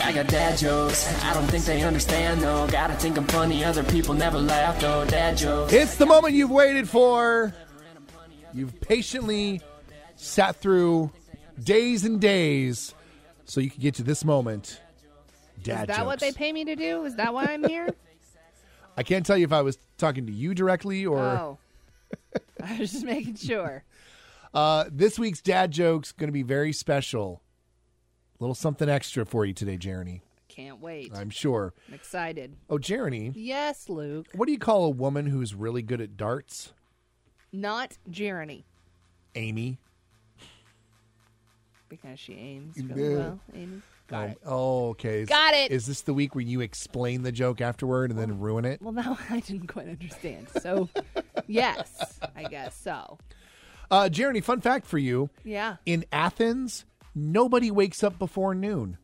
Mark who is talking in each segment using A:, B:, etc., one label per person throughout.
A: I got dad jokes. I don't think they understand though. Gotta think I'm funny. Other people never laugh though. Dad jokes.
B: It's the moment you've waited for. You've patiently sat through days and days so you could get to this moment. Dad
C: Is that what they
B: jokes.
C: pay me to do? Is that why I'm here?
B: I can't tell you if I was talking to you directly or
C: oh. I was just making sure.
B: uh, this week's dad joke's going to be very special. A little something extra for you today, Jeremy.
C: Can't wait. I'm
B: I'm sure.
C: excited.
B: Oh, Jeremy,
C: Yes, Luke.
B: what do you call a woman who's really good at darts?
C: Not Jeremy.
B: Amy.
C: Because she aims really
B: Yeah.
C: well. Amy. Got
B: Um,
C: it.
B: Oh, okay. Is-
C: Got it.
B: Is this the week where you explain the joke afterward and then ruin it?
C: Well, now I didn't quite understand. So, yes, I guess so.
B: Uh, Jeremy, fun fact for you.
C: Yeah.
B: In Athens, nobody wakes up before noon.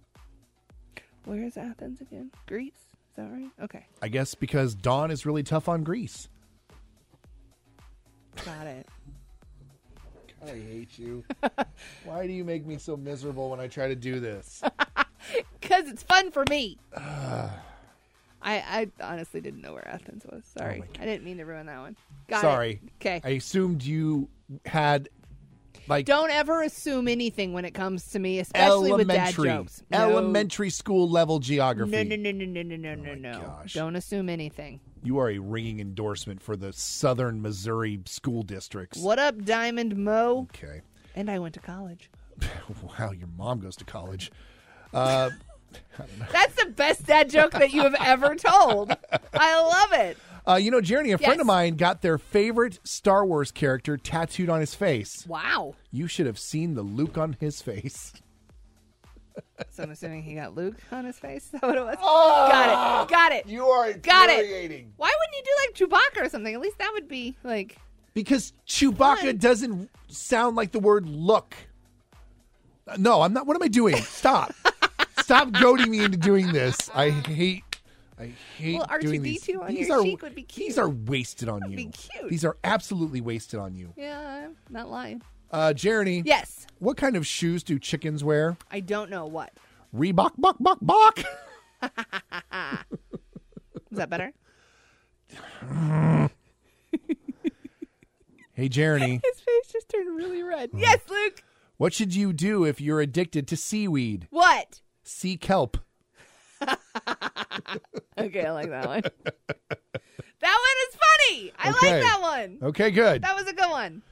C: Where is Athens again? Greece? Is that right? Okay.
B: I guess because dawn is really tough on Greece.
C: Got it.
B: I hate you. Why do you make me so miserable when I try to do this?
C: Because it's fun for me. I, I honestly didn't know where Athens was. Sorry. I didn't mean to ruin that one. Got it.
B: Oh Sorry.
C: Okay.
B: I assumed you had like
C: Don't ever assume anything when it comes to me, especially with dad
B: elementary
C: jokes.
B: elementary school level
C: No,
B: geography.
C: no, no, no, no, no, no, no, no.
B: gosh.
C: Don't assume anything.
B: You are a ringing endorsement for the Southern Missouri school districts.
C: What up, Diamond Mo?
B: Okay.
C: And I went to college.
B: Wow, your mom goes to college.
C: That's the best dad joke that you have ever told. I love it.
B: Uh, you know, Jeremy, a friend
C: Yes.
B: of mine got their favorite Star Wars character tattooed on his face.
C: Wow.
B: You should have seen the Luke on his face.
C: So I'm assuming he got Luke on his face. Is that what it was?
B: Oh!
C: got it. Got it.
B: are
C: got it. Why wouldn't you do like Chewbacca or something? At least that would be like
B: Because Chewbacca doesn't sound like the word look. Uh, No, I'm not. What am I doing? Stop. Stop goading me into doing this. I hate. I hate
C: Well,
B: doing these.
C: R2D2 on
B: these
C: your
B: are,
C: cheek would be
B: These
C: cute.
B: are wasted on you.
C: be cute.
B: These are absolutely wasted on you.
C: yeah, I'm not lying.
B: Uh, Jeremy,
C: Yes.
B: what kind of shoes do chickens wear?
C: I don't know what.
B: Reebok, buck, buck, buck.
C: Is that better?
B: Hey, Jeremy,
C: His face just turned really red. Yes, Luke.
B: what should you do if you're addicted to seaweed?
C: What?
B: Sea kelp.
C: Okay, I like that one. that one is funny. I
B: Okay.
C: like that one.
B: Okay, good.
C: That was a good one.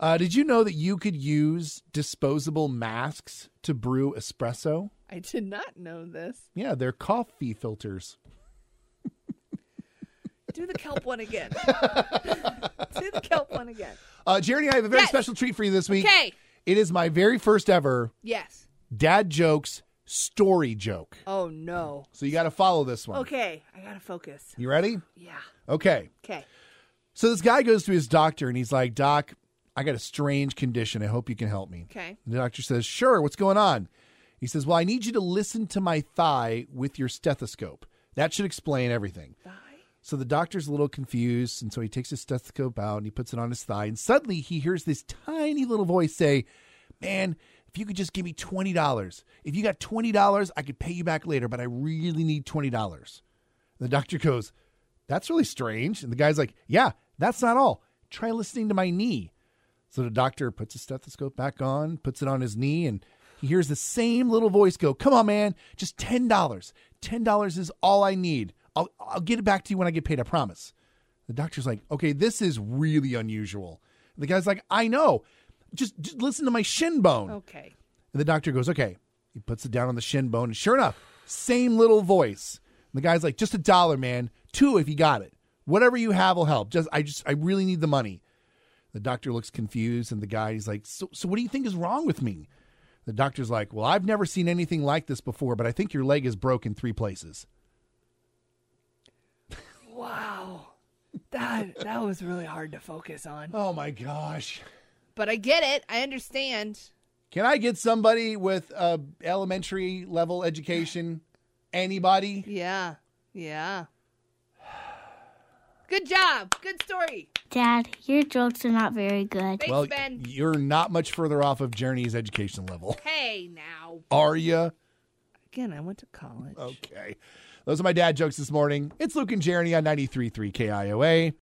B: Uh, did you know that you could use disposable masks to brew espresso?
C: I did not know this.
B: Yeah, they're coffee filters.
C: Do the kelp one again. Do the kelp one again.
B: Uh, Jeremy, I have a very
C: Yes.
B: special treat for you this week.
C: Okay.
B: It is my very first ever
C: Yes.
B: dad jokes story joke.
C: Oh no.
B: So you got to follow this one.
C: Okay, I gotta focus.
B: You ready?
C: Yeah.
B: Okay.
C: Okay.
B: So this guy goes to his doctor and he's like, Doc, I got a strange condition. I hope you can help me.
C: Okay.
B: And the doctor says, Sure, what's going on? He says, Well, I need you to listen to my thigh with your stethoscope. That should explain everything. Thigh? So the doctor's a little confused, and so he takes his stethoscope out and he puts it on his thigh, and suddenly he hears this tiny little voice say, Man, if you could just give me twenty dollars. If you got twenty dollars, I could pay you back later, but I really need twenty dollars. The doctor goes, That's really strange. And the guy's like, Yeah, that's not all. Try listening to my knee. So the doctor puts his stethoscope back on, puts it on his knee, and he hears the same little voice go, Come on, man, just $10. $10 is all I need. I'll, I'll get it back to you when I get paid, I promise. The doctor's like, Okay, this is really unusual. The guy's like, I know. Just, just listen to my shin bone.
C: Okay.
B: And the doctor goes, okay. He puts it down on the shin bone. And sure enough, same little voice. And the guy's like, just a dollar, man. Two if you got it. Whatever you have will help. Just I just I really need the money. The doctor looks confused and the guy he's like, So so what do you think is wrong with me? The doctor's like, Well, I've never seen anything like this before, but I think your leg is broke in three places.
C: Wow. That that was really hard to focus on.
B: Oh my gosh.
C: But I get it. I understand.
B: Can I get somebody with a elementary level education? Anybody?
C: Yeah. Yeah. Good job. Good story.
D: Dad, your jokes are not very good.
C: Thanks,
B: well,
C: Ben.
B: you're not much further off of Journey's education level.
C: hey now.
B: Are you?
C: Again, I went to
B: Oh,
C: college.
B: Okay. Those are my dad jokes this morning. It's Luke and Jeremy on 93.3 KIOA.